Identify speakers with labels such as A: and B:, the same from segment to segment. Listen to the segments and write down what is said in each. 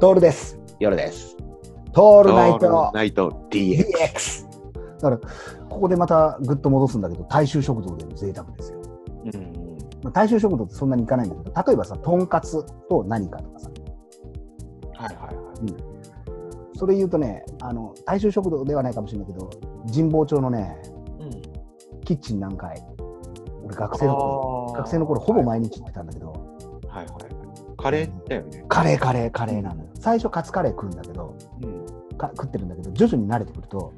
A: トールです。
B: 夜です。
A: ト
B: オ
A: ールナイト
B: ナイト DX。
A: DX。だから、ここでまたぐっと戻すんだけど、大衆食堂でも贅沢ですよ。
B: うん。
A: まあ、大衆食堂ってそんなにいかないんだけど、例えばさ、とんかつと何かとかさ、
B: はいはいはい。
A: それ言うとね、あの、大衆食堂ではないかもしれないけど、神保町のね、
B: うん、
A: キッチン南海、俺学
B: 学
A: 生の頃、学生の頃ほぼ毎日行ってたんだけど、
B: はいはいはい。カレーだよね。
A: カレーカレーカレーなのよ。最初カツカレー食うんだけど、
B: うん。
A: か食ってるんだけど徐々に慣れてくると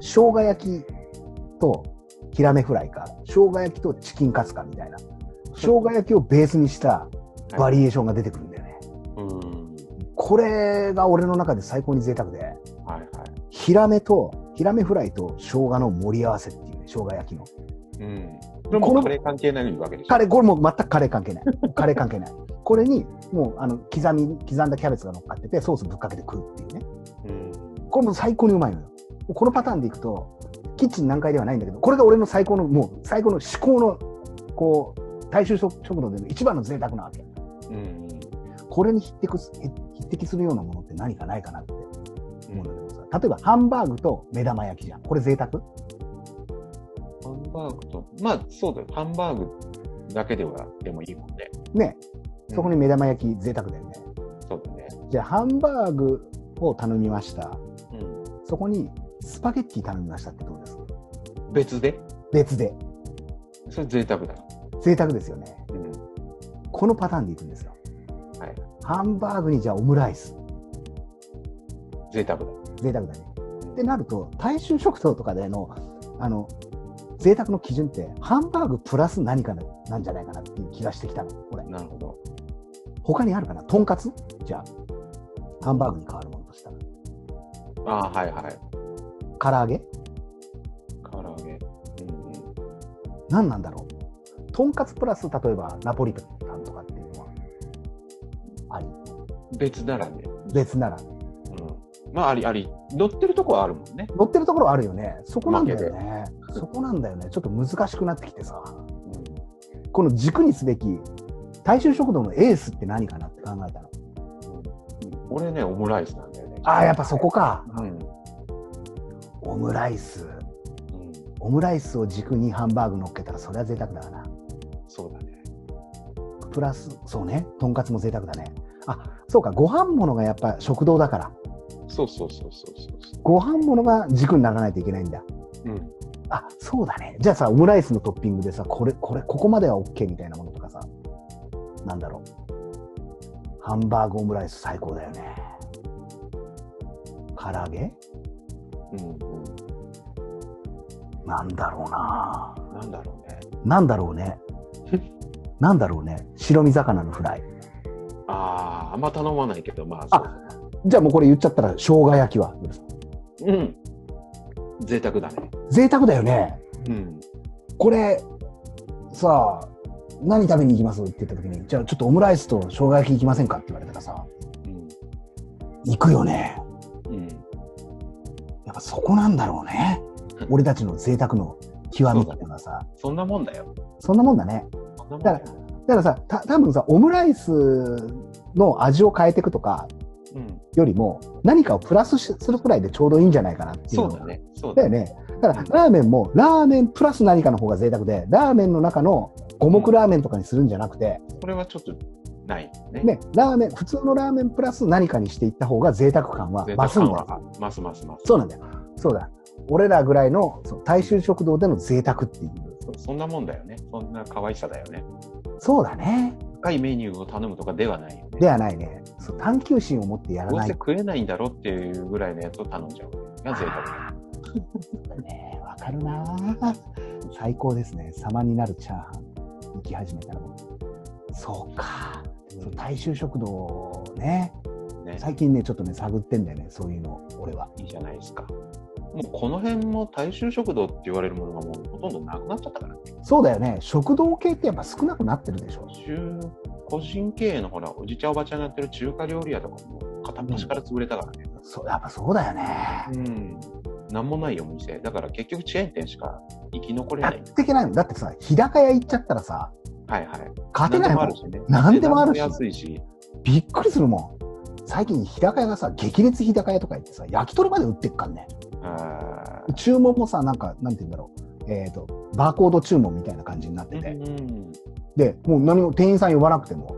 A: 生姜焼きとヒラメフライか生姜焼きとチキンカツかみたいな生姜焼きをベースにしたバリエーションが出てくるんだよね、
B: うん。
A: これが俺の中で最高に贅沢で
B: はいはい。
A: ヒラメとヒラメフライと生姜の盛り合わせっていう、ね、生姜焼きの
B: うん。これも
A: この
B: カレー関係ないわけでしょ。
A: カレーこれもう全くカレー関係ないカレー関係ないこれにもうあの刻み刻んだキャベツが乗っかっててソースぶっかけて食うっていうね
B: うん。
A: これも最高にうまいのよ。このパターンでいくと、キッチン何回ではないんだけど、これが俺の最高の、もう最高の至高の、こう、大衆食食堂での一番の贅沢なわけ。
B: うん。
A: これに匹敵す匹匹敵するようなものって何かないかなって
B: う
A: 思うん
B: ん
A: だけどさ、例えばハンバーグと目玉焼きじゃん。これ贅沢
B: ハンバーグと、まあそうだよ。ハンバーグだけではでもいいもんね。
A: ね。そこに目玉焼き贅沢だよね。
B: そうだね。
A: じゃあハンバーグを頼みました。
B: う
A: そこにスパゲッティ頼みましたってどうです
B: ん。別で
A: 別で。
B: それ贅沢だ。
A: 贅沢ですよね。
B: うん。
A: このパターンでいくんですよ。
B: はい。
A: ハンバーグにじゃあオムライス。
B: 贅沢だ。
A: 贅沢だね。ってなると、大衆食堂とかでの、あの、贅沢の基準って、ハンバーグプラス何かななんじゃないかなっていう気がしてきたの、これ。
B: なるほど。
A: 他にあるかなとんかつじゃあ、ハンバーグに変わるものとしたら。
B: ああ、はいはい。
A: 唐揚げ
B: 唐揚げ。うんうん。
A: 何なんだろうとんかつプラス、例えば、ナポリタンとかっていうのは、あり。
B: 別ならね。
A: 別なら。
B: うん。まあありあり。乗ってるとこはあるもんね。
A: 乗ってるところあるよね。そこなんだよね。そこなんだよね。ちょっと難しくなってきてさ。この軸にすべき、大衆食堂のエースって何かなって考えたの。
B: 俺ね、オムライスなんだよね。
A: ああ、やっぱそこか。
B: うん。
A: オムライス。オムライスを軸にハンバーグ乗っけたら、それは贅沢だわな。
B: そうだね。
A: プラス、そうね、とんかつも贅沢だね。あ、そうか、ご飯物がやっぱ食堂だから、
B: そうそうそうそうそう
A: ご飯物が軸にならないといけないんだ。
B: そう。うん。
A: あ、そうだね。じゃあさ、オムライスのトッピングでさ、これ、これ、ここまでは OK みたいなものとかさ、なんだろう。ハンバーグオムライス最高だよね。唐揚げ
B: うん
A: なんだろうな
B: うん。なんだろうね。
A: なんだろうね。なんだろうね。白身魚のフライ。
B: ああ、あんま頼まないけど、まあ、
A: あじゃあもうこれ言っちゃったら、生姜焼きは。
B: そう。うん。贅沢だね。
A: 贅沢だよね。
B: うん。
A: これ、さあ、何食べに行きますって言った時に、じゃあちょっとオムライスと生姜焼き行きませんかって言われたらさ、行くよね。
B: うん。うん。
A: やっぱそこなんだろうね。俺たちの贅沢の極みっていうのはさ、
B: そんなもんだよ。
A: そんなもんだね。
B: そんなもんだよ。
A: だからさ、た多分さ、オムライスの味を変えていくとか
B: うん。
A: よりも、何かをプラスしするくらいでちょうどいいんじゃないかなっていう
B: そ
A: の
B: う
A: が
B: だね。そう
A: だ
B: だ
A: よ
B: ね。
A: ね。だから、ラーメンも、ラーメンプラス何かの方が贅沢で、ラーメンの中の五目ラーメンとかにするんじゃなくて、
B: これはちょっとないね。
A: ね、ラーメン、普通のラーメンプラス何かにしていった方が贅沢感は増
B: 贅沢
A: すん
B: 感
A: だ
B: は
A: よ。
B: ますますます。
A: そうなんだよ。そうだ。俺らぐらいのそう大衆食堂での贅沢っていう。
B: そそんなもんだよね。そんな可愛さだよね。
A: そうだね。
B: 深いメニューを頼むとかではないよね。
A: ではないね。そう探求心を持ってやら
B: どう
A: な
B: せ
A: い。
B: 食えないんだろっていうぐらいのやつを頼んじゃうが贅沢。
A: あーねわかるなー最高ですね。様になるチャーハン行き始めたらもう。そうか。そう大衆食堂ね。
B: ね、
A: 最近ね、ちょっとね、探ってんだよね、そういうの、俺は。
B: いいじゃないですか。もうこの辺も大衆食堂って言われるものがもうほとんどなくなっちゃったからね。
A: そうだよね、食堂系ってやっぱ少なくなってるでしょ。
B: 中個人経営のほら、おじちゃんおばちゃんがやってる中華料理屋とかも片っ端から潰れたからね。
A: そうやっぱそうだよね。
B: うん。なんもないお店。だから結局チェーン店しか生き残れ
A: や
B: な
A: っ
B: い。
A: ていけないもん。だってさ、日高屋行っちゃったらさ、
B: はいはい。
A: 勝てない
B: 何でも
A: も
B: あ
A: ん
B: る。しね。
A: 何でもあるし
B: 値段安いし。
A: びっくりするもん。最近日高屋がさ激烈日高屋とか言ってさ焼き鳥まで売ってっかんね
B: あ
A: 注文もさなんかなんて言うんだろうえっ、とバーコード注文みたいな感じになって
B: ー
A: て、
B: うん
A: でもう何も店員さん呼ばなくても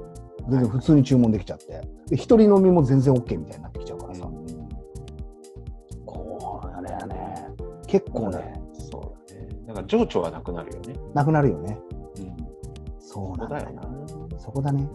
A: 全然普通に注文できちゃってで一人飲みも全然 OK みたいになってきちゃうからさ、こうあれやね結構ね、
B: そうだね。なんか情緒がなくなるよね。
A: なくなるよね
B: うん。
A: そう
B: そ
A: な
B: うん
A: だ
B: だ
A: よ
B: よな。
A: そこだね